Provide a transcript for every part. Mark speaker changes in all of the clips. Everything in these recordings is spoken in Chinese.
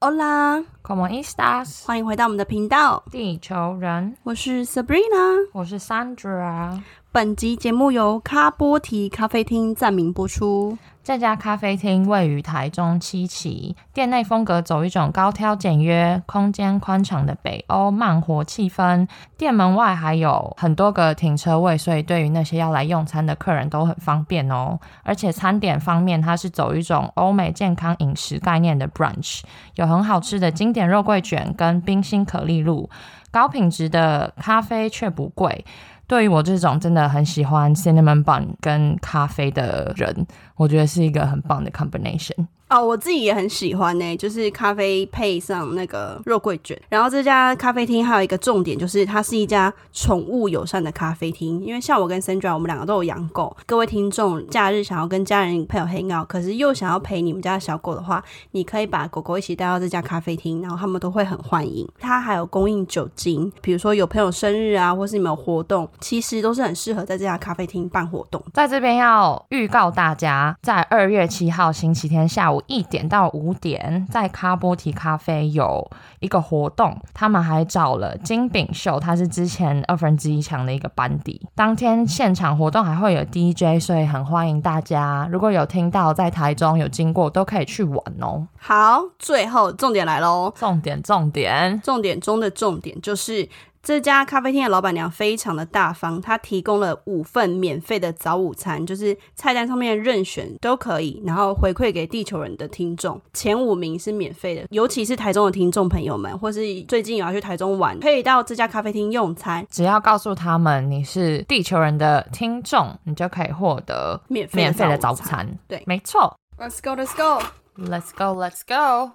Speaker 1: 欧啦，
Speaker 2: Como estas？
Speaker 1: 欢迎回到我们的频道，
Speaker 2: 地球人，
Speaker 1: 我是 Sabrina。
Speaker 2: 我是 Sandra。
Speaker 1: 本集节目由咖波提咖啡厅暂名播出。
Speaker 2: 这家咖啡厅位于台中七期，店内风格走一种高挑简约、空间宽敞的北欧慢活气氛。店门外还有很多个停车位，所以对于那些要来用餐的客人都很方便哦。而且餐点方面，它是走一种欧美健康饮食概念的 brunch，有很好吃的经典肉桂卷跟冰心可丽露，高品质的咖啡却不贵。对于我这种真的很喜欢 cinnamon bun 跟咖啡的人，我觉得是一个很棒的 combination。
Speaker 1: 哦，我自己也很喜欢呢、就是咖啡配上那个肉桂卷。然后这家咖啡厅还有一个重点，就是它是一家宠物友善的咖啡厅。因为像我跟 Sandra，我们两个都有养狗。各位听众，假日想要跟家人朋友 hang out，可是又想要陪你们家的小狗的话，你可以把狗狗一起带到这家咖啡厅，然后他们都会很欢迎。它还有供应酒精，比如说有朋友生日啊，或是你们有活动，其实都是很适合在这家咖啡厅办活动。
Speaker 2: 在这边要预告大家，在二月七号星期天下午一点到五点，在卡波提咖啡有一个活动，他们还找了金炳秀，他是之前二分之一强的一个班底。当天现场活动还会有 DJ，所以很欢迎大家，如果有听到在台中有经过，都可以去玩哦。
Speaker 1: 好，最后重点来喽。
Speaker 2: 重点重点，
Speaker 1: 重点中的重点就是。这家咖啡厅的老板娘非常的大方，她提供了五份免费的早午餐，就是菜单上面的任选都可以，然后回馈给地球人的听众，前五名是免费的，尤其是台中的听众朋友们，或是最近有要去台中玩，可以到这家咖啡厅用餐，
Speaker 2: 只要告诉他们你是地球人的听众，你就可以获得
Speaker 1: 免费
Speaker 2: 免费的
Speaker 1: 早
Speaker 2: 早
Speaker 1: 午餐。
Speaker 2: 餐。
Speaker 1: 对
Speaker 2: 没错。
Speaker 1: Let's go, let's go！
Speaker 2: Let's go, let's go。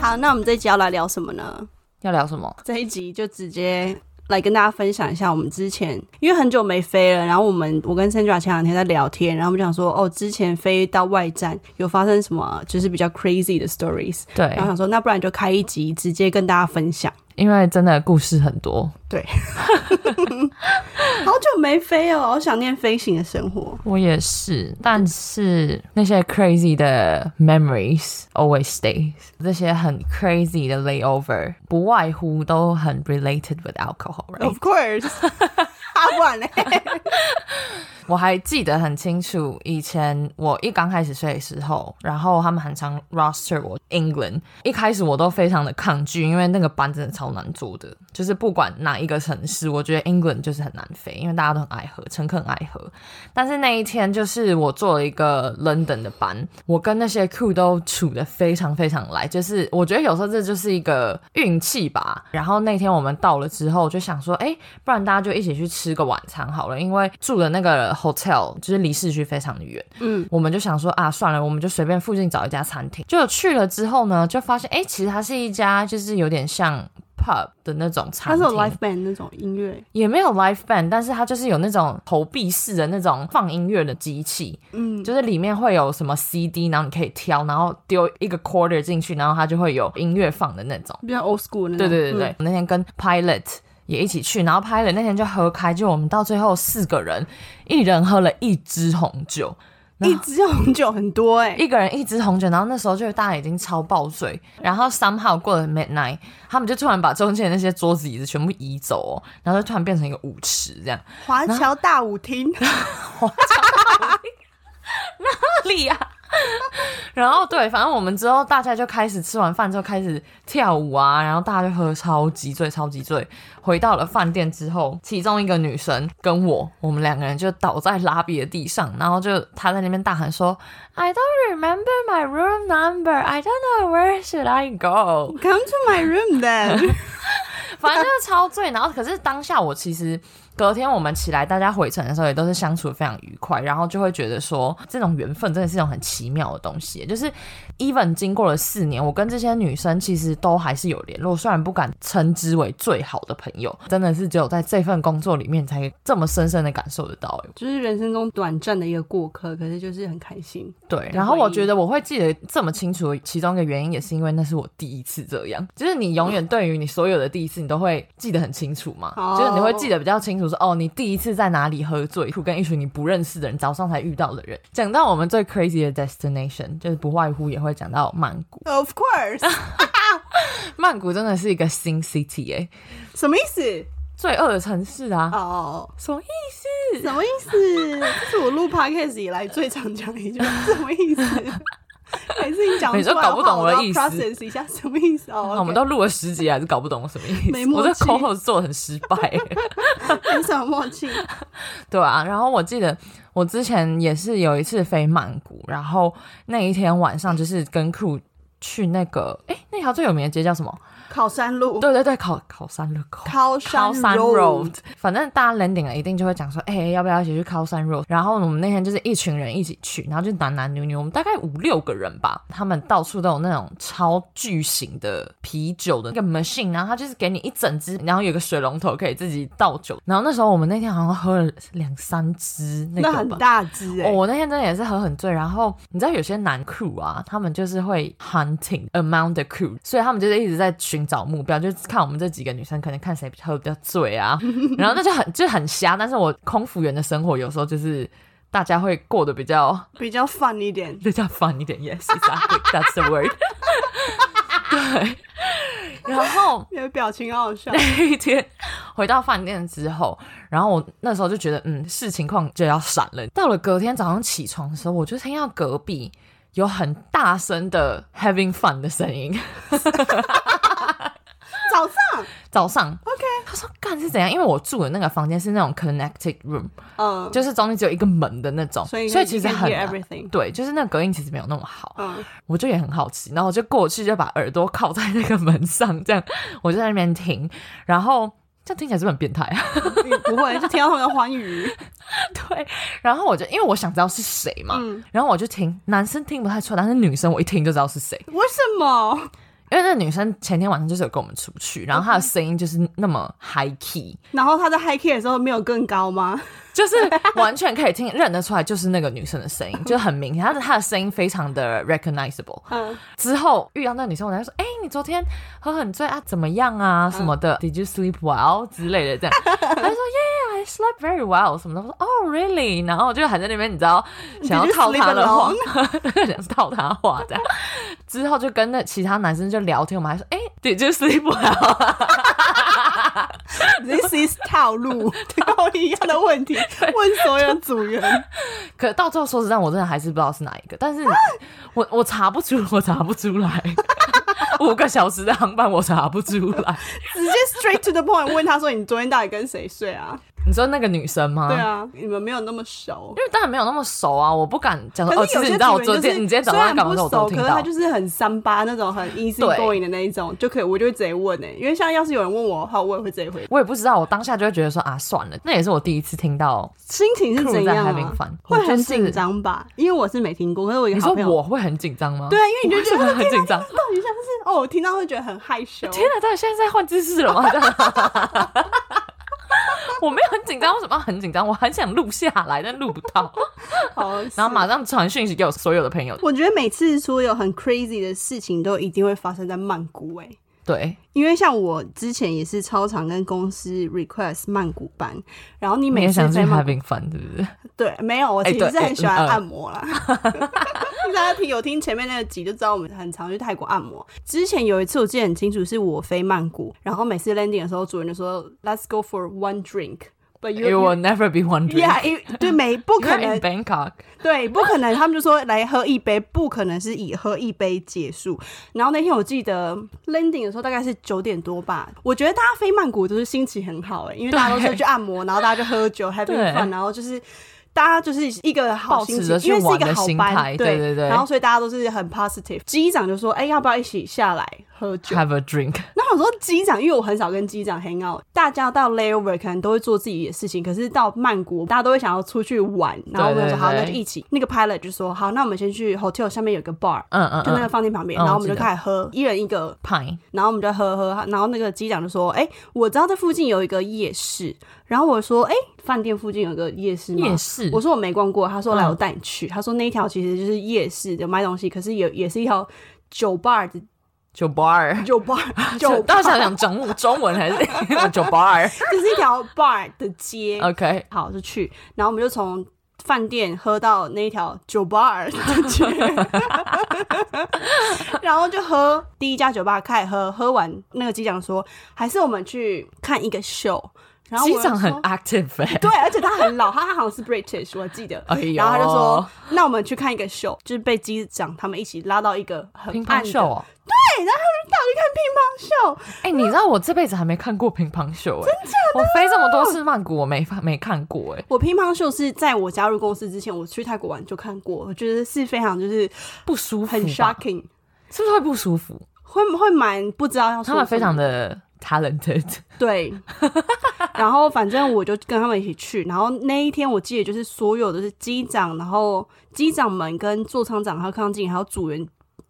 Speaker 1: 好，那我们这一集要来聊什么呢？
Speaker 2: 要聊什么？
Speaker 1: 这一集就直接来跟大家分享一下我们之前，因为很久没飞了，然后我们我跟 Sandra 前两天在聊天，然后我们讲说，哦，之前飞到外站有发生什么就是比较 crazy 的 stories，
Speaker 2: 对
Speaker 1: 然后，想说那不然就开一集直接跟大家分享。
Speaker 2: 因为真的故事很多，
Speaker 1: 好久没飞哦，好想念飞行的生活。
Speaker 2: 我也是，但是那些 crazy 的 memories always stays，这些很 crazy 的 layover，不外乎都很 related with alcohol，right？、
Speaker 1: Of course，啊不 然嘞，
Speaker 2: 我还记得很清楚，以前我一刚开始睡的时候，然后他们很常 roster 我 England，一开始我都非常的抗拒，因为那个班真的超难做的，就是不管哪一个城市，我觉得 England 就是很难飞，因为大家都很爱喝，乘客很爱喝。但是那一天就是我做了一个 London 的班，我跟那些 crew 都处的非常非常来，就是我觉得有时候这就是一个运气吧。然后那天我们到了之后，就想说，哎、不然大家就一起去吃个晚餐好了，因为住的那个 hotel 就是离市区非常的远，
Speaker 1: 嗯，
Speaker 2: 我们就想说啊，算了，我们就随便附近找一家餐厅。就去了之后呢，就发现哎、诶其实它是一家就是有点像 pub 的那种
Speaker 1: 它
Speaker 2: 餐
Speaker 1: 是
Speaker 2: 厅，
Speaker 1: 有 live band 那种音乐，
Speaker 2: 也没有 live band，但是它就是有那种投币式的那种放音乐的机器，
Speaker 1: 嗯，
Speaker 2: 就是里面会有什么 CD，然后你可以挑，然后丢一个 quarter 进去，然后它就会有音乐放的那种。
Speaker 1: 比较 old school 的那种。
Speaker 2: 对对对对，
Speaker 1: 嗯，
Speaker 2: 我那天跟 Pilot 也一起去，然后 Pilot 那天就喝开，就我们到最后四个人，一人喝了一支红酒，然
Speaker 1: 嗯一
Speaker 2: 后
Speaker 1: 支红酒很多哎、
Speaker 2: 一个人一支红酒，然后那时候就大家已经超爆醉，然后 somehow 过了 midnight，他们就突然把中间的那些桌子椅子全部移走、哦，然后就突然变成一个舞池这样。
Speaker 1: 华侨大舞厅，
Speaker 2: 里啊。然后对，反正我们之后大家就开始吃完饭之后开始跳舞啊，然后大家就喝超级醉，超级醉。回到了饭店之后，其中一个女生跟我，我们两个人就倒在拉比的地上，然后就她在那边大喊说：“I don't remember my room number. I don't know where should I go。”
Speaker 1: Come to my room then 。
Speaker 2: 反正就是超醉。然后可是当下我其实隔天我们起来，大家回程的时候也都是相处得非常愉快，然后就会觉得说，这种缘分真的是一种很奇妙的东西。就是 even 经过了四年，我跟这些女生其实都还是有联络，虽然不敢称之为最好的朋友，真的是只有在这份工作里面才这么深深的感受得到。欸
Speaker 1: 就是人生中短暂的一个过客，可是就是很开心。
Speaker 2: 对，
Speaker 1: 的
Speaker 2: 然后
Speaker 1: 回
Speaker 2: 我
Speaker 1: 忆
Speaker 2: 觉得我会记得这么清楚，其中一个原因也是因为那是我第一次这样，就是你永 远对于你所有的第一次，你都会记得很清楚嘛，
Speaker 1: 哦
Speaker 2: 就是你会记得比较清楚说，哦，你第一次在哪里喝醉，跟一群你不认识的人，早上才遇到的人。讲到我们最 crazy 的 destination，就是不外乎也会讲到曼谷，
Speaker 1: Of course，
Speaker 2: 曼谷真的是一个新 city 哎、
Speaker 1: 什么意思？
Speaker 2: 罪恶的城市啊，
Speaker 1: 哦、
Speaker 2: 什么意思？
Speaker 1: 什么意思？这是我录 podcast 以来最常讲的一句话，什么意思？每次你讲出来
Speaker 2: 你就搞不懂
Speaker 1: 我
Speaker 2: 我的
Speaker 1: 要
Speaker 2: 意思
Speaker 1: process 一下什么意思哦。
Speaker 2: 我们都录了十集还是搞不懂我什么意
Speaker 1: 没
Speaker 2: 思，
Speaker 1: 默
Speaker 2: 我这
Speaker 1: 契
Speaker 2: 口口做得很失败、欸
Speaker 1: 很少默契。
Speaker 2: 对啊，然后我记得我之前也是有一次飞曼谷，然后那一天晚上就是跟 crew 去那个，哎，那条最有名的街叫什么？
Speaker 1: 考山路，
Speaker 2: 对对对，考考山路口。
Speaker 1: 考
Speaker 2: 高山
Speaker 1: road，
Speaker 2: road，反正大家 landing 了，一定就会讲说，哎、要不要一起去高山 road？然后我们那天就是一群人一起去，然后就男男女女，我们大概五六个人吧，他们到处都有那种超巨型的啤酒的那个 machine，然后他就是给你一整支，然后有个水龙头可以自己倒酒。然后那时候我们那天好像喝了两三支那
Speaker 1: 那
Speaker 2: 个
Speaker 1: 很
Speaker 2: 吧。
Speaker 1: 大只
Speaker 2: 哦
Speaker 1: 哎、
Speaker 2: 我那天真的也是喝很醉，然后你知道有些男 crew 啊，他们就是会 hunting among the crew，所以他们就是一直在寻找目标，就是看我们这几个女生可能看谁喝得比较醉啊，然后那就很就很瞎。但是我空服员的生活有时候就是大家会过得比较
Speaker 1: 比较 fun 一点。
Speaker 2: 比较 fun 一点，yes exactly，that's the word。对，然后
Speaker 1: 你的表情好好笑，
Speaker 2: 那一天回到饭店之后，然后我那时候就觉得，嗯，是情况就要闪了。到了隔天早上起床的时候，我就听到隔壁有很大声的 having fun 的声音。
Speaker 1: 早上
Speaker 2: 早上
Speaker 1: OK
Speaker 2: 他说干是怎样？因为我住的那个房间是那种 connected room，
Speaker 1: 嗯，
Speaker 2: 就是中间只有一个门的那种，
Speaker 1: 所以
Speaker 2: 其实很
Speaker 1: you can
Speaker 2: 难
Speaker 1: hear everything，
Speaker 2: 对，就是那个隔音其实没有那么好。
Speaker 1: 嗯，
Speaker 2: 我就也很好奇，然后我就过去就把耳朵靠在那个门上，这样我就在那边听，然后这样听起来是不是很变态啊？
Speaker 1: 你不会就听到他们的欢 愉，
Speaker 2: 对，然后我就因为我想知道是谁嘛，
Speaker 1: 嗯
Speaker 2: 然后我就听男生听不太出来，但是女生我一听就知道是谁，
Speaker 1: 为什么？
Speaker 2: 因为那女生前天晚上就是有跟我们出去，然后她的声音就是那么 high key，
Speaker 1: 然后他在 high key 的时候没有更高吗？
Speaker 2: 就是完全可以听认得出来就是那个女生的声音，就很明显，她的她的声音非常的 recognizable。
Speaker 1: 嗯，
Speaker 2: 之后遇到那女生，我才说，哎、你昨天喝很醉啊，怎么样
Speaker 1: 嗯
Speaker 2: 啊什么的、d i d you sleep well 之 类的这样，她就说 Yeah, I slept very well 什么的，我说 Oh really，然后我就还在那边你知道想要
Speaker 1: Did you
Speaker 2: 套她
Speaker 1: sleep
Speaker 2: 的话， 想套她话这样，之后就跟那其他男生就聊天，我们还说，哎、d i d you sleep well？
Speaker 1: This is 套路，
Speaker 2: 啊
Speaker 1: 套一样的问题，问所有组员。
Speaker 2: 可到最后说实在，我真的还是不知道是哪一个，但 是我我查不出，我查不出来。五个小时的航班我查不出来，
Speaker 1: 直接 straight to the point 问他说：“你昨天到底跟谁睡啊
Speaker 2: 你说那个女生？”吗？
Speaker 1: 对啊，你们没有那么熟。
Speaker 2: 因为当然没有那么熟啊，我不敢讲说
Speaker 1: 可
Speaker 2: 哦，
Speaker 1: 是
Speaker 2: 其
Speaker 1: 有
Speaker 2: 实你
Speaker 1: 些
Speaker 2: 知道我
Speaker 1: 组员
Speaker 2: 昨
Speaker 1: 就是
Speaker 2: 天你今天早
Speaker 1: 虽
Speaker 2: 上在
Speaker 1: 然
Speaker 2: 干
Speaker 1: 不
Speaker 2: 嘛的时候
Speaker 1: 熟，
Speaker 2: 我都听
Speaker 1: 可是他
Speaker 2: 到
Speaker 1: 就。是很三八那种，很 easy
Speaker 2: 对
Speaker 1: going 的那一种，就可以，我就会直接问诶、因为像要是有人问我的话，我也会直接回。
Speaker 2: 我也不知道，我当下就会觉得说啊，算了，那也是我第一次听到。
Speaker 1: 心情是
Speaker 2: Crew
Speaker 1: 怎
Speaker 2: 在
Speaker 1: 样
Speaker 2: having
Speaker 1: 啊
Speaker 2: fun？？
Speaker 1: 会
Speaker 2: 我就
Speaker 1: 很
Speaker 2: 是
Speaker 1: 紧张吧？因为我是没听过，可是我一
Speaker 2: 你
Speaker 1: 个
Speaker 2: 说
Speaker 1: 好朋友，
Speaker 2: 我会很紧张吗？
Speaker 1: 对，，啊因为你就觉
Speaker 2: 为什么很紧张？
Speaker 1: 得到底像是哦，我听到会觉得很害羞。
Speaker 2: 天哪，到底现在在换姿势了吗？ 我没有很紧张，为什么要很紧张？我很想录下来，但录不 到。
Speaker 1: 好，
Speaker 2: 然后马上传讯息给我所有的朋友。
Speaker 1: 我觉得每次说有很 crazy 的事情，都一定会发生在曼谷诶、欸
Speaker 2: 对，
Speaker 1: 因为像我之前也是超常跟公司 request 曼谷班，然后你
Speaker 2: 你
Speaker 1: 每
Speaker 2: 也
Speaker 1: 次
Speaker 2: 想去
Speaker 1: 在曼
Speaker 2: having fun，对不对？
Speaker 1: 对没有，我其
Speaker 2: 哎
Speaker 1: 实
Speaker 2: 对
Speaker 1: 是很喜欢
Speaker 2: 哎嗯
Speaker 1: 按摩啦。大家听有听前面那个集就知道，我们很常去泰国按摩。之前有一次我记得很清楚，是我飞曼谷，然后每次 landing 的时候，主人就说 Let's go for one drink，but
Speaker 2: You
Speaker 1: you
Speaker 2: will never be wondering.
Speaker 1: yeah，因对没不可
Speaker 2: You're
Speaker 1: 能
Speaker 2: in Bangkok.
Speaker 1: 对，不可能，他们就说来喝一杯，不可能是以喝一杯结束。然后那天我记得 landing 的时候大概是九点多吧，我觉得大家欸 飞曼谷都是心情很好哎、因为大家都是去按摩，然后大家就喝酒 having
Speaker 2: 对
Speaker 1: fun，然后就是。大家就是一个好心
Speaker 2: 抱
Speaker 1: 情，
Speaker 2: 持着
Speaker 1: 因为
Speaker 2: 去
Speaker 1: 是一
Speaker 2: 玩的
Speaker 1: 个好
Speaker 2: 心态
Speaker 1: 班，
Speaker 2: 对对对
Speaker 1: 然后所以大家都是很 positive。机长就说：“哎、要不要一起下来喝酒？”
Speaker 2: Have a drink，
Speaker 1: 那我说机长，因为我很少跟机长 hang out，大家到 layover 可能都会做自己的事情，可是到曼谷大家都会想要出去玩，然后我们
Speaker 2: 对
Speaker 1: 说好，
Speaker 2: 对
Speaker 1: 那就
Speaker 2: 对
Speaker 1: 一起。那个 pilot 就说好，那我们先去 hotel 下面有个 bar，
Speaker 2: 嗯嗯
Speaker 1: 就那个
Speaker 2: 嗯
Speaker 1: 饭店旁边，
Speaker 2: 嗯
Speaker 1: 然后我们
Speaker 2: 我
Speaker 1: 就
Speaker 2: 记得
Speaker 1: 开始喝，一人一个，
Speaker 2: ，Pine，
Speaker 1: 然后我们就喝喝，然后那个机长就说，哎、我知道这附近有一个夜市，然后我说，哎、饭店附近有个夜市吗？
Speaker 2: 夜市
Speaker 1: 我，说我没逛过，他说来
Speaker 2: 嗯
Speaker 1: 我带你去。他说那一条其实就是夜市，有卖东西，可是也也是一条酒吧的
Speaker 2: 酒 bar，
Speaker 1: 酒 吧酒吧，
Speaker 2: 到底 想讲中中文还是酒 bar？OK，
Speaker 1: 就是一条 bar 的 街。好，就去，然后我们就从饭店喝到那一条酒吧的街， 然后就喝第一家酒吧开始喝，喝完那个机长说，还是我们去看一个秀，然后我
Speaker 2: 机
Speaker 1: 就
Speaker 2: 长很
Speaker 1: 说
Speaker 2: active 哎，
Speaker 1: 对，而且他很老，他他好像是 British，我记得。
Speaker 2: 哎呦，
Speaker 1: 然后他就说：“那我们去看一个秀，就是被机长他们一起拉到一个很
Speaker 2: 乒
Speaker 1: 暗
Speaker 2: 乓
Speaker 1: 的
Speaker 2: 秀哦。
Speaker 1: 秀，
Speaker 2: 哎、你知道我这辈子还没看过乒乓球哎、真的？我飞这么多次曼谷，我没发没看过哎、
Speaker 1: 我乒乓秀是在我加入公司之前，我去泰国玩就看过，我觉得是非常就是
Speaker 2: 不舒服吧，
Speaker 1: 很 shocking，
Speaker 2: 是不是会不舒服？
Speaker 1: 会会蛮不知道要说
Speaker 2: 他们非
Speaker 1: 什么
Speaker 2: 常的 talented，
Speaker 1: 对。 然后反正我就跟他们一起去，然后那一天我记得就是所有的是机长，然后机长们跟座舱长还有康静还有组员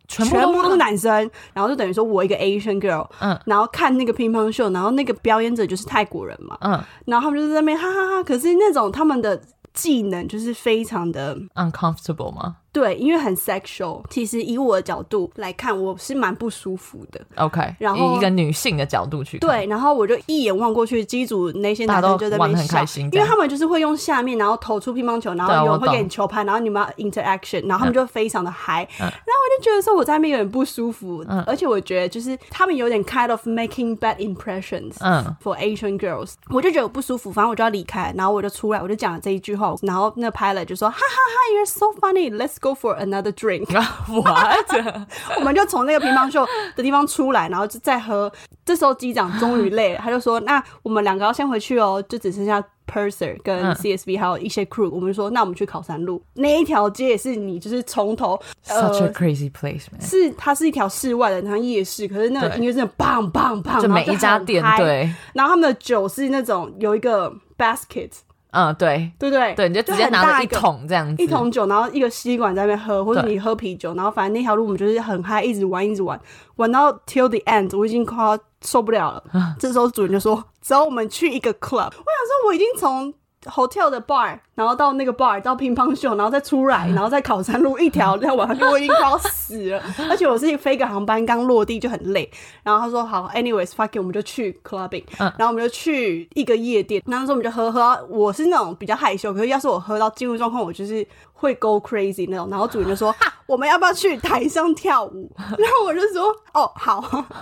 Speaker 2: 全部
Speaker 1: 全部都是
Speaker 2: 是
Speaker 1: 男生，然后就等于说我一个 Asian girl，
Speaker 2: 嗯
Speaker 1: 然后看那个乒乓秀，然后那个表演者就是泰国人嘛，
Speaker 2: 嗯
Speaker 1: 然后他们就在那边哈哈哈，可是那种他们的技能就是非常的
Speaker 2: uncomfortable 吗
Speaker 1: 对，因为很 sexual。其实以我的角度来看，我是蛮不舒服的。
Speaker 2: ？OK，
Speaker 1: 然后
Speaker 2: 以一个女性的角度去看，
Speaker 1: 对，然后我就一眼望过去，机组那些男
Speaker 2: 大家
Speaker 1: 生
Speaker 2: 都
Speaker 1: 就在那
Speaker 2: 玩得
Speaker 1: 边
Speaker 2: 很
Speaker 1: 笑
Speaker 2: 开，心这
Speaker 1: 因为
Speaker 2: 样，
Speaker 1: 他们就是会用下面，然后投出乒乓球，然后
Speaker 2: 对啊
Speaker 1: 有人
Speaker 2: 我
Speaker 1: 会给
Speaker 2: 懂
Speaker 1: 你球拍，然后你们要 interaction，然后他们就非常的嗨、
Speaker 2: 嗯
Speaker 1: 然后我就觉得说我在那边有点不舒服，
Speaker 2: 嗯
Speaker 1: 而且我觉得就是他们有点 kind of making bad impressions，
Speaker 2: 嗯
Speaker 1: for Asian girls，我就觉得我不舒服，反正我就要离开，然后我就出来，我就讲了这一句话，然后那个 pilot 就说哈哈哈，You're so funny，Let's go for another drink。
Speaker 2: 啊，what？
Speaker 1: 我们就从那个乒乓球的地方出来，然后就再喝。这时候机长终于累了，他就说：“那我们两个要先回去哦，就只剩下 Purser 跟
Speaker 2: 嗯
Speaker 1: CSV 还有一些 crew。”我们就说：“那我们去考山路那一条街也是你就是从头
Speaker 2: Such a
Speaker 1: 呃。”
Speaker 2: crazy place, man！
Speaker 1: 是，它是一条室外的，然后夜市，可是那个
Speaker 2: 对
Speaker 1: 音乐真的棒棒棒，
Speaker 2: 就每一家店，
Speaker 1: 然后就很嗨
Speaker 2: 对，
Speaker 1: 然后他们的酒是那种有一个 basket，
Speaker 2: 嗯，对，
Speaker 1: 对不对？
Speaker 2: 对，你就直接
Speaker 1: 很
Speaker 2: 拿
Speaker 1: 大
Speaker 2: 着
Speaker 1: 一
Speaker 2: 一
Speaker 1: 个
Speaker 2: 桶这样子，
Speaker 1: 一桶酒，然后一个吸管在那边喝，或者
Speaker 2: 对
Speaker 1: 你喝啤酒，然后反正那条路我们就是很嗨，一直玩，一直玩，玩到 till the end，我已经快要受不了了。 这时候主人就说：“走，我们去一个 club。”我想说，我已经从 hotel 的 bar，然后到那个 bar，到乒乓秀，然后再出来，然后再考山路一条再玩下去，我已经快要死了。而且我是飞个航班刚落地就很累。然后他说：“好，anyways，fuck it，我们就去 clubbing。”
Speaker 2: 嗯
Speaker 1: 然后我们就去一个夜店，然后那时候我们就喝喝到。我是那种比较害羞，可是要是我喝到进入状况，我就是会 go crazy 那种。然后主人就说：“哦我们要不要去台上跳舞？”然后我就说：“哦，好。”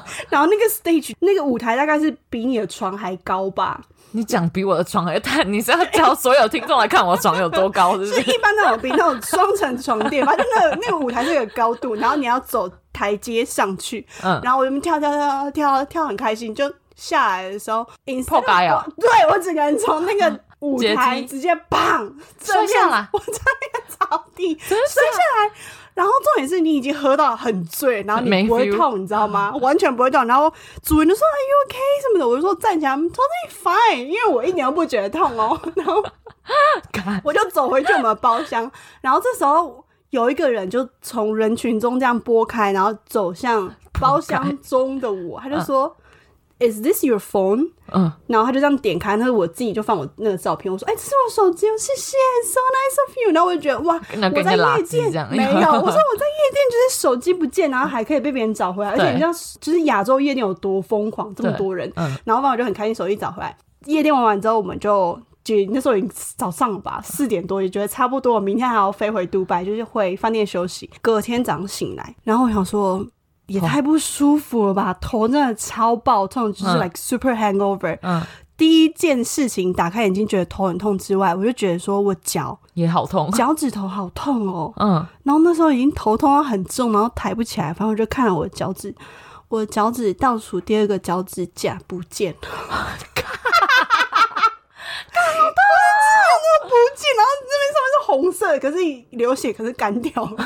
Speaker 1: 然后那个 stage 那个舞台大概是比你的床还高吧，
Speaker 2: 你讲比我的床还大， 你是要教所有听众来看我床有多 高，是不？
Speaker 1: 就是一般那种比那种双层床垫，反正那个那个舞台是有高度，然后你要走台阶上去，
Speaker 2: 嗯
Speaker 1: 然后我就跳跳跳跳跳很开心，就下来的时候，
Speaker 2: 破盖啊！
Speaker 1: 对我整个人从那个舞台
Speaker 2: 阶梯
Speaker 1: 直接砰
Speaker 2: 摔下来，
Speaker 1: 我在那个草地摔下来。然后重点是你已经喝到很醉，然后你
Speaker 2: 没
Speaker 1: 不会
Speaker 2: feel
Speaker 1: 痛，你知道吗？完全不会痛。然后主人就说 “Are you okay” 什么的，我就说站起来，totally fine，因为我一点都不觉得痛哦。然后
Speaker 2: 干
Speaker 1: 我就走回去我们的包厢，然后这时候有一个人就从人群中这样拨开，然后走向包厢中的我，他就说、Is this your phone？”
Speaker 2: 嗯，
Speaker 1: 然后他就这样点开，那我自己就放我那个照片，我说：“哎、这是我手机，哦，谢谢，so nice of you。”然后我就觉得哇，
Speaker 2: 那
Speaker 1: 我
Speaker 2: 跟
Speaker 1: 在
Speaker 2: 个垃
Speaker 1: 夜
Speaker 2: 圾
Speaker 1: 店
Speaker 2: 这样，哎
Speaker 1: 没有，我 说我在夜店就是手机不见，然后还可以被别人找回来，而且
Speaker 2: 对
Speaker 1: 你知道就是亚洲夜店有多疯狂，这么
Speaker 2: 对
Speaker 1: 多人，
Speaker 2: 嗯
Speaker 1: 然后反正我就很开心，手机找回来。夜店玩完之后，我们就就那时候已经早上了吧，四点多也觉得差不多，明天还要飞回杜拜，就是回饭店休息。隔天早上醒来，然后我想说。也
Speaker 2: 头
Speaker 1: 太不舒服了吧！头真的超爆痛，就是
Speaker 2: 嗯
Speaker 1: like super hangover。
Speaker 2: 嗯，
Speaker 1: 第一件事情，打开眼睛觉得头很痛之外，我就觉得说我脚
Speaker 2: 也好痛，
Speaker 1: 脚趾头好痛哦。
Speaker 2: 嗯，
Speaker 1: 然后那时候已经头痛到很重，然后抬不起来，反正我就看了我的脚趾，我的脚趾倒数第二个脚趾甲不见了，看好痛啊！不见，然后那边上红色，可是流血，可是干掉了。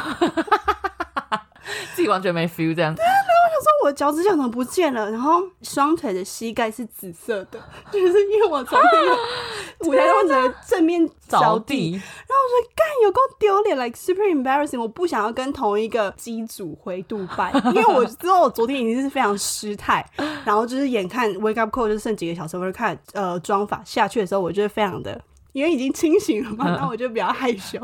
Speaker 2: 自己完全没 feel 这样。
Speaker 1: 说我的脚趾甲怎么不见了？然后双腿的膝盖是紫色的， 就是因为我从那个舞台上的正面着
Speaker 2: 着
Speaker 1: 地，
Speaker 2: 地，
Speaker 1: 然后我说干有够丢脸，like super embarrassing，我不想要跟同一个机组回杜拜， 因为我知道我昨天已经是非常失态，然后就是眼看 wake up call 就剩几个小时，我就看呃妆法下去的时候，我就是非常的。因为已经清醒了嘛，然后我就比较害 羞。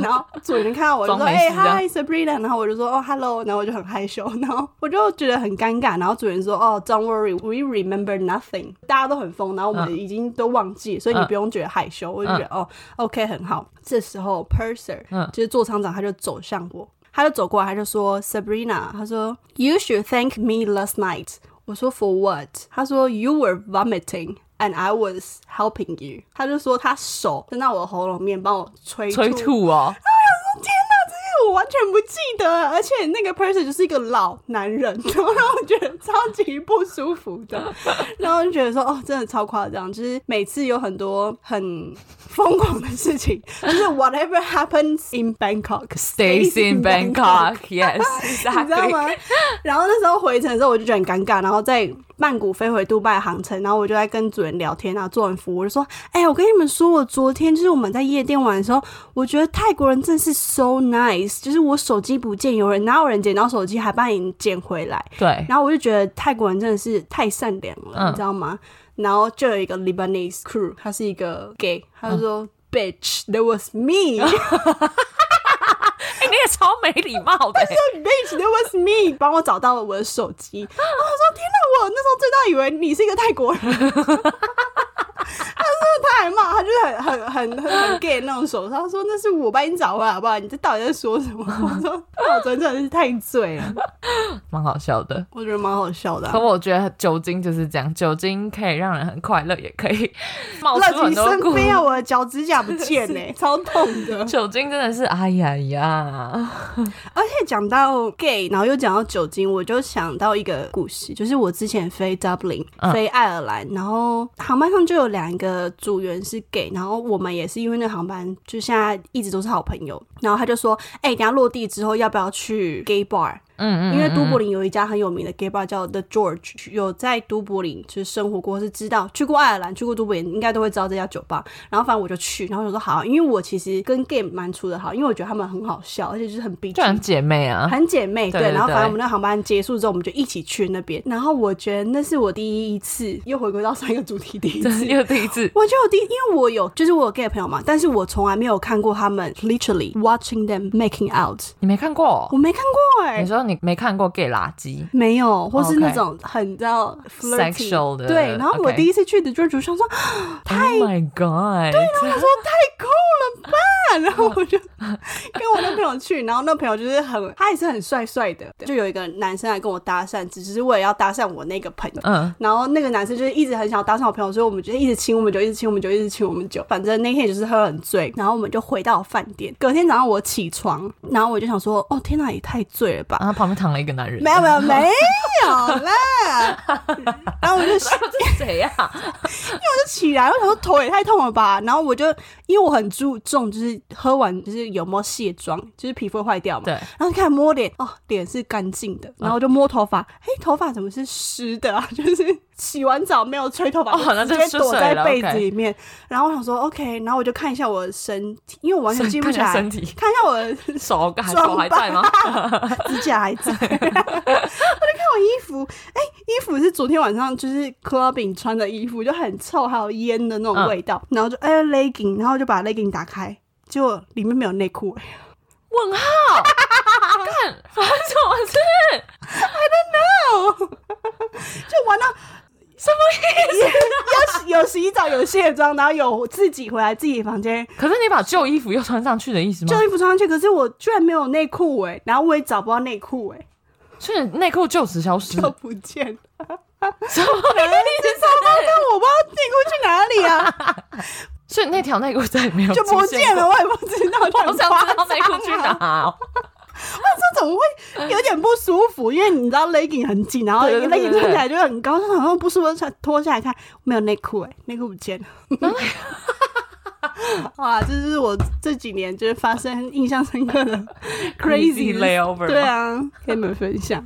Speaker 1: 然后主人看到我就说：“
Speaker 2: 嗯装没
Speaker 1: 哎、
Speaker 2: 事这样
Speaker 1: h i Sabrina。”然后我就说：“哦，hello。”然后我就很害羞，然后我就觉得很尴尬。然后主人说：“哦，don't worry，we remember nothing。”大家都很疯，然后我们已经都忘记，所以你
Speaker 2: 嗯
Speaker 1: 不用觉得害羞。我就觉得、哦，OK，很好。这时候 Purser、
Speaker 2: 嗯
Speaker 1: 就是座舱长，他就走向我，他就走过来，他就说：“Sabrina，他说 You should thank me last night。”我说 For what？他说 You were vomiting。And I was helping you，他就说他手伸到我的喉咙面帮我吹
Speaker 2: 催
Speaker 1: 吐
Speaker 2: 吐哦，
Speaker 1: 我完全不记得，而且那个 person 就是一个老男人， 然后让我觉得超级不舒服的，然后就觉得说哦，真的超夸张，就是每次有很多很疯狂的事情，就是 whatever happens in Bangkok
Speaker 2: Stays in Bangkok, yes,
Speaker 1: 你知道
Speaker 2: exactly.
Speaker 1: 吗？然后那时候回程的时候，我就觉得很尴尬。然后在曼谷飞回杜拜的航程，然后我就在跟主人聊天，然后做完服务，我就说：“哎、我跟你们说，我昨天就是我们在夜店玩的时候，我觉得泰国人真是 so nice，就是我手机不见，有人哪有人捡到手机还帮你捡回来。”
Speaker 2: 对，
Speaker 1: 然后我就觉得泰国人真的是太善良了，
Speaker 2: 哎嗯
Speaker 1: 你知道吗？然后就有一个 Lebanese crew，他是一个 gay，他就说、Bitch, that was me.
Speaker 2: 哎，你也超没礼貌 的欸，
Speaker 1: bitch, that was me，帮我找到了我的手机。然后我说天哪，我那时候最大以为你是一个泰国人。他说他还骂，他就是很很很很很 gay 的那种手势。他说那是我帮你找回来好不好？你这到底在说什么？我说那我昨天真的是太醉了，
Speaker 2: 蛮好笑的。
Speaker 1: 我觉得蛮好笑的啊、
Speaker 2: 可我觉得酒精就是这样，酒精可以让人很快乐，也可以冒出
Speaker 1: 乐
Speaker 2: 很
Speaker 1: 极
Speaker 2: 多
Speaker 1: 生
Speaker 2: 故
Speaker 1: 悲啊！我的脚指甲不见呢、超痛的。
Speaker 2: 酒精真的是，哎呀呀，
Speaker 1: 而且讲到 gay，然后又讲到酒精，我就想到一个故事，就是我之前飞 Dublin、
Speaker 2: 嗯
Speaker 1: 飞爱尔兰，然后航班上就有两个组员是 gay，然后我们也是因为那航班，就现在一直都是好朋友。然后他就说：“哎、等一下落地之后要不要去 gay bar？”
Speaker 2: 嗯嗯，
Speaker 1: 因为都柏
Speaker 2: 林
Speaker 1: 林有一家很有名的 gay bar 叫 The George，有在都柏林就是生活过，是知道去过爱尔兰，去过都柏林，应该都会知道这家酒吧。然后反正我就去，然后我说好，因为我其实跟 gay 蛮处的好，因为我觉得他们很好笑，而且就是很 B
Speaker 2: 就很姐妹啊，
Speaker 1: 很姐妹，
Speaker 2: 对
Speaker 1: 对。
Speaker 2: 对
Speaker 1: 然后反正
Speaker 2: 对
Speaker 1: 我们那航班结束之后，我们就一起去那边。然后我觉得那是我第一次，又回归到上一个主题，第一
Speaker 2: 这
Speaker 1: 次
Speaker 2: 是。又第一次，
Speaker 1: 我觉得我第一，因为我有就是我有 gay 朋友嘛，但是我从来没有看过他们 literally watching them making out，
Speaker 2: 你没看过？
Speaker 1: 我没看过哎、
Speaker 2: 你说你没看过 gay 垃圾？
Speaker 1: 没有，或是
Speaker 2: 嗯 OK
Speaker 1: 那种很你知道 flirty
Speaker 2: Sexual 的
Speaker 1: 对。然后我
Speaker 2: OK
Speaker 1: 第一次去的 George 上说
Speaker 2: Oh my god！对，啊然后
Speaker 1: 太酷了吧！啊然后我就
Speaker 2: 嗯
Speaker 1: 跟我那朋友去，然后那朋友就是很，他也是很帅帅的，就有一个男生来跟我搭讪，只是为了要搭讪我那个朋友。
Speaker 2: 嗯，
Speaker 1: 然后那个男生就是一直很想搭讪我朋友，所以我们就一直亲我们酒，一直亲我们酒，一直亲我们酒。反正那天也就是喝很醉，然后我们就回到饭店。隔天早上我起床，然后我就想说，哦天哪，也太醉了吧！
Speaker 2: 然后啊旁边躺了一个男人，
Speaker 1: 没有没有没有啦，然后我就
Speaker 2: 这是谁呀？
Speaker 1: 起来，我想说头也太痛了吧，然后我就因为我很注重，就是喝完就是有没有卸妆，就是皮肤会坏掉嘛。
Speaker 2: 对，
Speaker 1: 然后就开始摸脸，哦，脸是干净的，然后我就摸头发，嘿，头发怎么是湿的啊？ 就是洗完澡没有吹头发，
Speaker 2: 哦那
Speaker 1: 直
Speaker 2: 就
Speaker 1: 接
Speaker 2: 是
Speaker 1: 躲
Speaker 2: 水
Speaker 1: 在
Speaker 2: 了
Speaker 1: 被子
Speaker 2: ，OK
Speaker 1: 里面。然后我想说 OK，然后我就看一下我的身体，因为我完全记不起来，
Speaker 2: 看一下身体
Speaker 1: 看一下我的
Speaker 2: 手还手
Speaker 1: 装
Speaker 2: 还在吗？
Speaker 1: 指甲还在，我就看我衣服，哎、衣服是昨天晚上就是 clubbing 穿的衣服，就很臭，还有烟的那种
Speaker 2: 嗯
Speaker 1: 味道，然后就哎、legging，然后就把 legging 打开，结果里面没有内裤、哎
Speaker 2: 问 号？看发生什么事？
Speaker 1: 就玩到什 么意思？有有洗澡，有卸妆，然后有自己回来自己房间。
Speaker 2: 可是你把旧衣服又穿上去的意思吗
Speaker 1: 旧？衣服穿上去，可是我居然没有内裤哎，然后我也找不到内裤哎，
Speaker 2: 所以内裤 就此消失
Speaker 1: 就，不见了。
Speaker 2: 什么意思？
Speaker 1: 但我不知道内裤去哪里 啊，
Speaker 2: 所以那条内裤再也没有
Speaker 1: 就不
Speaker 2: 出现
Speaker 1: 见了，
Speaker 2: 过。
Speaker 1: 我也不知道。
Speaker 2: 我想知道内裤去
Speaker 1: 哪。
Speaker 2: 哪哦。
Speaker 1: 这种会有点不舒服，因为你知道 legging 很紧，然后
Speaker 2: 对对对
Speaker 1: legging
Speaker 2: 对
Speaker 1: 穿起来就很欸 高，就好像不舒服，穿脱下来看没有内裤，哎，内裤不见了。哇，这是我这几年就是发生印象深刻 的 crazy
Speaker 2: layover
Speaker 1: 对
Speaker 2: 吗
Speaker 1: 啊，跟你们分享。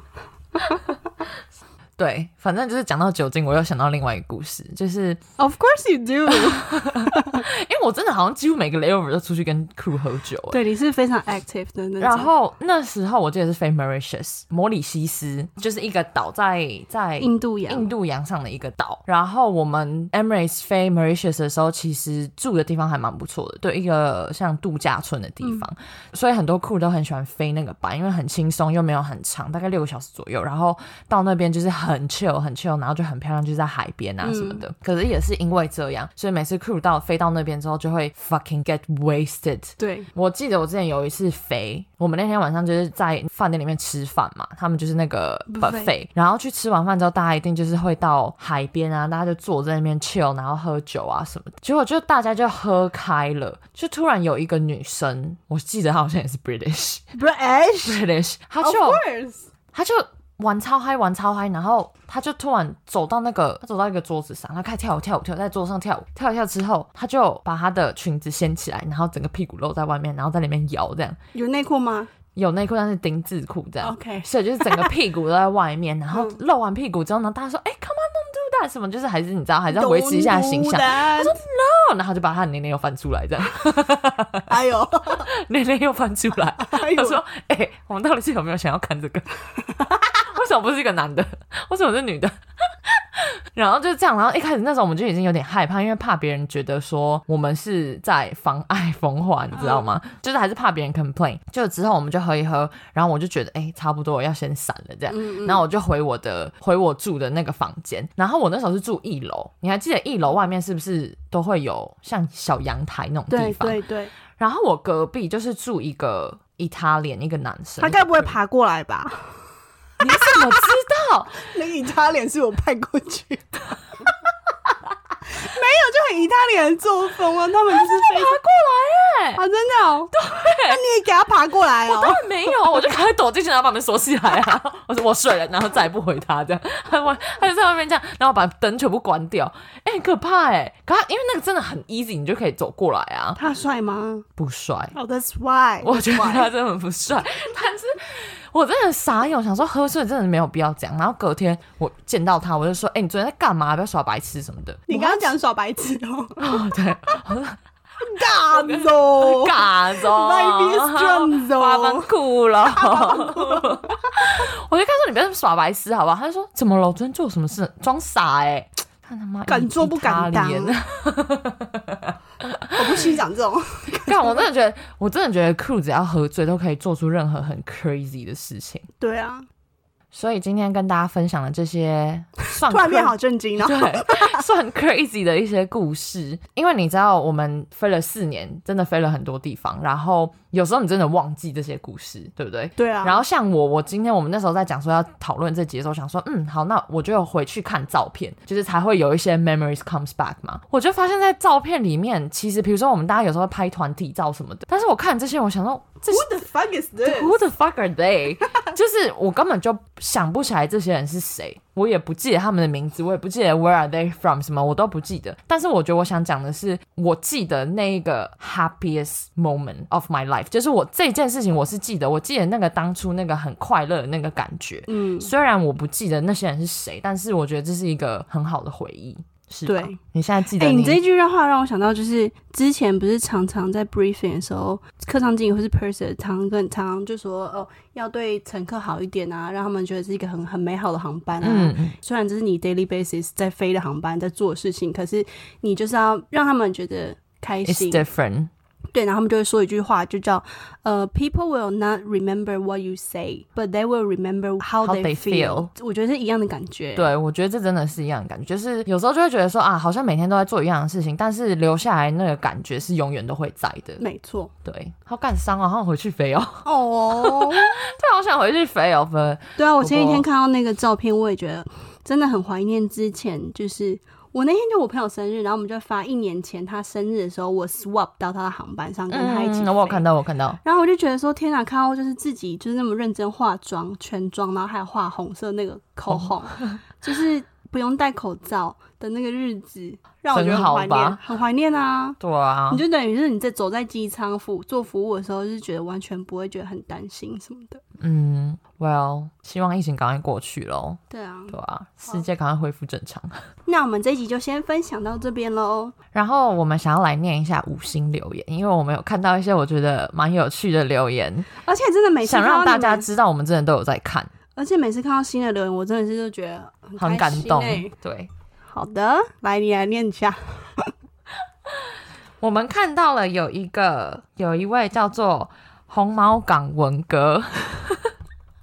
Speaker 2: 对，反正就是讲到酒精，我又想到另外一个故事，就是
Speaker 1: Of course you do
Speaker 2: 因为我真的好像几乎每个 layover 都出去跟 crew 喝酒、欸，
Speaker 1: 对，你是非常 active 的那种。
Speaker 2: 然后那时候我记得是飞 Mauritius 摩里西斯，就是一个岛在在
Speaker 1: 印度洋，
Speaker 2: 印度洋上的一个岛。然后我们 Emirates 飞 Mauritius 的时候，其实住的地方还蛮不错的，对，一个像度假村的地方。
Speaker 1: 嗯
Speaker 2: 所以很多 crew 都很喜欢飞那个班，因为很轻松又没有很长，大概六个小时左右。然后到那边就是很 chill 很 chill，然后就很漂亮，就是在海边啊什么
Speaker 1: 嗯
Speaker 2: 的。可是也是因为这样，所以每次 crew 到飞到那边之后，就会 fucking get wasted。
Speaker 1: 对，
Speaker 2: 我记得我之前有一次肥，我们那天晚上就是在饭店里面吃饭嘛，他们就是那个
Speaker 1: Buffet
Speaker 2: buffet，然后去吃完饭之后，大家一定就是会到海边啊，大家就坐在那边 chill，然后喝酒啊什么的。结果就大家就喝开了，就突然有一个女生，我记得她好像也是 British
Speaker 1: 不是 Ash。
Speaker 2: British，她
Speaker 1: 哎 Of
Speaker 2: 就
Speaker 1: course，
Speaker 2: 他就玩超嗨，玩超嗨，然后他就突然走到那个，他走到一个桌子上，他开始跳舞，跳舞，跳舞，在桌上跳舞，跳一跳之后，他就把他的裙子掀起来，然后整个屁股露在外面，然后在里面摇，这样
Speaker 1: 有内裤吗
Speaker 2: 有内裤，但是丁字裤这样。
Speaker 1: ？OK，
Speaker 2: 所以就是整个屁股都在外面，然后露完屁股之后呢，大家说：“哎、c o m e on, don't do that。”什么就是还是你知道，还是要维持一下形象。
Speaker 1: Don't do that
Speaker 2: 哦然后就把他的内内又翻出来，这样
Speaker 1: 哎呦，
Speaker 2: 内内又翻出来。
Speaker 1: 哎
Speaker 2: 我
Speaker 1: 呦，
Speaker 2: 说：“哎、我们到底是有没有想要看这个？ 为什么不是一个男的？为什么是女的？” 然后就是这样，然后一开始那时候我们就已经有点害怕，因为怕别人觉得说我们是在妨碍风化，你知道吗？
Speaker 1: 嗯
Speaker 2: 就是还是怕别人 complain。就之后我们就喝一喝，然后我就觉得哎、差不多要先散了这样。
Speaker 1: 嗯
Speaker 2: 然后我就回我的回我住的那个房间，然后我那时候是住一楼，你还记得一楼外面是不是都会有像小阳台那种
Speaker 1: 对
Speaker 2: 地方？
Speaker 1: 对对，
Speaker 2: 然后我隔壁就是住一个 Italian 一个男生，
Speaker 1: 他该不会爬过来 吧？
Speaker 2: 你怎么知道？
Speaker 1: 那个以他脸是我派过去的， 没有，就很以他脸的作风啊，他们就是非常
Speaker 2: 过来哎、
Speaker 1: 啊，真的哦，对，那你也给他爬过来哦
Speaker 2: 当，然没有，我就赶快躲进去，然后把门锁起来啊！我说我睡了，然后再也不回他这样。他我他就在外面这样，然后把灯全部关掉，哎、很可怕哎、可他因为那个真的很 easy，你就可以走过来啊，
Speaker 1: 他帅吗？
Speaker 2: 不帅。
Speaker 1: 哦、t h a t s why，
Speaker 2: 我觉得
Speaker 1: Why？
Speaker 2: 他真的很不帅， 但是我真的傻眼，我想说喝醉真的没有必要这样。然后隔天我见到他，我就说：“哎、你昨天在干嘛？不要耍白痴什么的。”
Speaker 1: 你刚刚讲耍白痴哦，
Speaker 2: 哦，对，
Speaker 1: 大哦，
Speaker 2: 嘎子哦，
Speaker 1: 那一边是这样子哦
Speaker 2: 发班裤了。 我就跟他说：“你不要耍白痴，好不好？”他就说：“怎么了？我昨天做什么事？装傻哎、看他妈
Speaker 1: 敢做不敢当
Speaker 2: 意大利人
Speaker 1: 我不欣赏这种，
Speaker 2: 干！我真的觉得，我真的觉得 crew 只要喝醉都可以做出任何很 crazy 的事情。
Speaker 1: 对啊，
Speaker 2: 所以今天跟大家分享的这些，算
Speaker 1: 突然变
Speaker 2: cra-
Speaker 1: 好震惊哦，
Speaker 2: 对，算 crazy 的一些故事。因为你知道，我们飞了四年，真的飞了很多地方，然后有时候你真的忘记这些故事，对不对？
Speaker 1: 对啊，
Speaker 2: 然后像我，我今天我们那时候在讲说要讨论这集的时候，想说，嗯，好，那我就有回去看照片，就是才会有一些 memories comes back 嘛。我就发现，在照片里面，其实比如说我们大家有时候会拍团体照什么的，但是我看这些，我想说，这些
Speaker 1: Who the fuck is this？
Speaker 2: Who the fuck are they？就是我根本就想不起来这些人是谁，我也不记得他们的名字，我也不记得 Where are they from 什么，我都不记得。但是我觉得我想讲的是，我记得那一个 happiest moment of my life，就是我这件事情我是记得，我记得那个当初那个很快乐的那个感觉。
Speaker 1: 嗯，
Speaker 2: 虽然我不记得那些人是谁，但是我觉得这是一个很好的回忆，是吧？
Speaker 1: 对，
Speaker 2: 你现在记
Speaker 1: 哎、
Speaker 2: 得你、
Speaker 1: 你这一句话让我想到，就是之前不是常常在 briefing 的时候，客舱经理或是 person 常常跟常常就说哦，要对乘客好一点啊，让他们觉得是一个很很美好的航班啊。
Speaker 2: 嗯嗯
Speaker 1: 虽然这是你 daily basis 在飞的航班在做的事情，可是你就是要让他们觉得开
Speaker 2: ，It's
Speaker 1: 心。
Speaker 2: different。
Speaker 1: 对，然后他们就会说一句话，就叫呃，people will not remember what you say, but they will remember how,
Speaker 2: How
Speaker 1: they
Speaker 2: they
Speaker 1: feel。我觉得是一样的感觉。
Speaker 2: 对，我觉得这真的是一样的感觉，就是有时候就会觉得说啊，好像每天都在做一样的事情，但是留下来那个感觉是永远都会在的。
Speaker 1: 没错。
Speaker 2: 对，好感伤哦，好想回去肥哦，
Speaker 1: 哦。
Speaker 2: 对，好想回去肥哦，分
Speaker 1: 对啊，我前几
Speaker 2: 不
Speaker 1: 天
Speaker 2: 过
Speaker 1: 看到那个照片，我也觉得真的很怀念之前，就是我那天就我朋友生日，然后我们就发一年前他生日的时候，我 swap 到他的航班上跟他一起、
Speaker 2: 嗯，我有看。到，我有看到，
Speaker 1: 然后我就觉得说，天哪！看到就是自
Speaker 2: 哦
Speaker 1: 己就是那么认真化妆，全妆，然后还有画红色那个口红，就是不用戴口罩的那个日子，让我觉得
Speaker 2: 真好
Speaker 1: 很怀念
Speaker 2: 吧，
Speaker 1: 很怀念啊。
Speaker 2: 对啊
Speaker 1: 你，就等于是你在走在机舱服做服务的时候，就是觉得完全不会觉得很担心什么的。
Speaker 2: 嗯，Well，希望疫情赶快过去喽，
Speaker 1: 对啊，
Speaker 2: 对啊，世界赶快恢复正常。
Speaker 1: 那我们这一集就先分享到这边喽。
Speaker 2: 然后我们想要来念一下五星留言，因为我们有看到一些我觉得蛮有趣的留言，
Speaker 1: 而且真的每次
Speaker 2: 想
Speaker 1: 看
Speaker 2: 让
Speaker 1: 到
Speaker 2: 大
Speaker 1: 你
Speaker 2: 家
Speaker 1: 们，
Speaker 2: 知道我们真的都有在看，
Speaker 1: 而且每次看到新的留言，我真的是就觉得很
Speaker 2: 很
Speaker 1: 开
Speaker 2: 感
Speaker 1: 心
Speaker 2: 动
Speaker 1: 欸。
Speaker 2: 对，
Speaker 1: 好的，来你来念一下。
Speaker 2: 我们看到了有一个有一位叫做红毛港文 哥，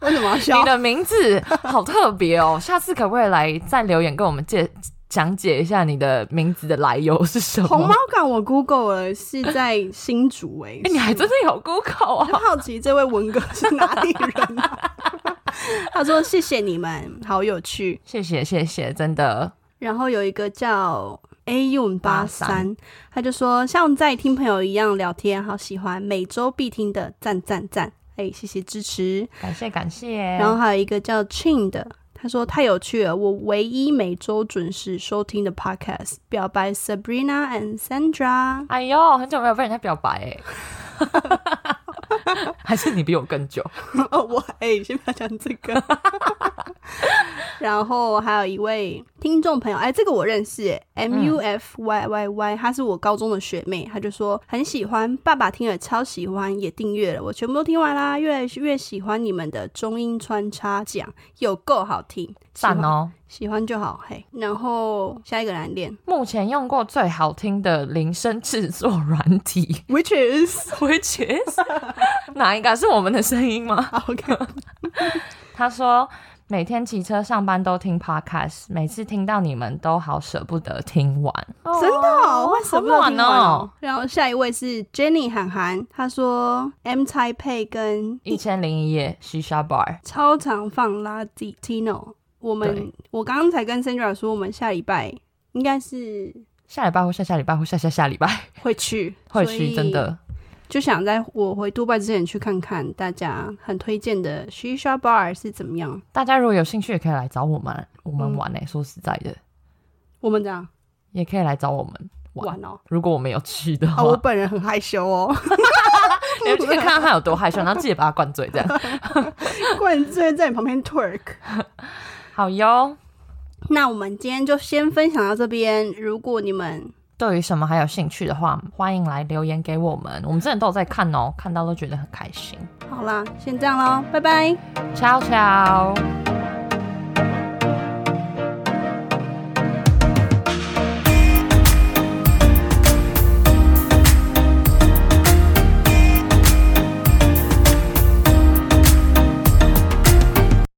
Speaker 1: 为什么要笑
Speaker 2: 你？的名字好特别哦， 下次可不可以来再留言跟我们介讲解一下你的名字的来由是什 么？
Speaker 1: 红猫港我 Google 了，是在新竹哎、
Speaker 2: 哎、你还真的有 Google 啊？
Speaker 1: 很好奇这位文哥是哪里人、啊？ 他说：“谢谢你们，好有趣。
Speaker 2: 谢谢谢谢，真的”
Speaker 1: 然后有一个叫 A U 八三，他就说：“像在听朋友一样聊天，好喜欢，每周必听的，赞赞赞！哎，谢谢支持。
Speaker 2: 感谢感谢。
Speaker 1: 然后还有一个叫 Chin 的，他说：“太有趣了，我唯一每周准时收听的 Podcast，表白 Sabrina and Sandra。
Speaker 2: 哎呦，很久没有被人家表白哎， 还是你比我 更久？”
Speaker 1: 哦，我哎、先不要讲这个。 然后还有一位听众朋友，哎，这个我认识哎，M U F Y Y Y，她是我高中的学妹，她就说很喜欢，爸爸听了超喜欢，也订阅了，我全部都听完啦，越来越喜欢你们的中英穿插讲，有够好听，喜欢
Speaker 2: 赞哦！
Speaker 1: 喜欢就好嘿。然后下一个来念
Speaker 2: 目前用过最好听的铃声制作软体
Speaker 1: ，Which is
Speaker 2: ，which is 哪一个？是我们的声 音吗？
Speaker 1: OK，
Speaker 2: 他说每天骑车上班都听 podcast，每次听到你们都好舍不得听完，
Speaker 1: 真的、哦，为什么都听完
Speaker 2: 好暖
Speaker 1: 哦
Speaker 2: 哦？
Speaker 1: 然后下一位是 Jenny 韩寒，她说 M 蔡配跟
Speaker 2: 一千零一夜，Shisha Bar，
Speaker 1: 超常放拉蒂 Tino。我们
Speaker 2: 对
Speaker 1: 我刚刚才跟 Sandra 说，我们下礼拜应该是
Speaker 2: 下礼拜或下下礼拜或下下下礼拜
Speaker 1: 会去，
Speaker 2: 会
Speaker 1: 所以
Speaker 2: 去，真的
Speaker 1: 就想在我回杜拜之前去看看大家很推荐的 Shisha Bar 是怎么样。
Speaker 2: 大家如果有兴趣也可以来找我们，我们
Speaker 1: 嗯
Speaker 2: 玩呢、欸说实在的，
Speaker 1: 我们这样
Speaker 2: 也可以来找我们玩。
Speaker 1: 玩哦。
Speaker 2: 如果我们有去的
Speaker 1: 啊，
Speaker 2: 话，
Speaker 1: 我本人很害羞哦，
Speaker 2: 你 们就可以看到他有多害羞，然后记得把他灌醉，这样
Speaker 1: 冠醉在你旁边 twerk。
Speaker 2: 好哟。
Speaker 1: 那我们今天就先分享到这边。如果你们
Speaker 2: 对于什么还有兴趣的话，欢迎来留言给我们，我们真的都有在看哦，看到都觉得很开心。
Speaker 1: 好啦，先这样喽，拜拜。
Speaker 2: Ciao ciao。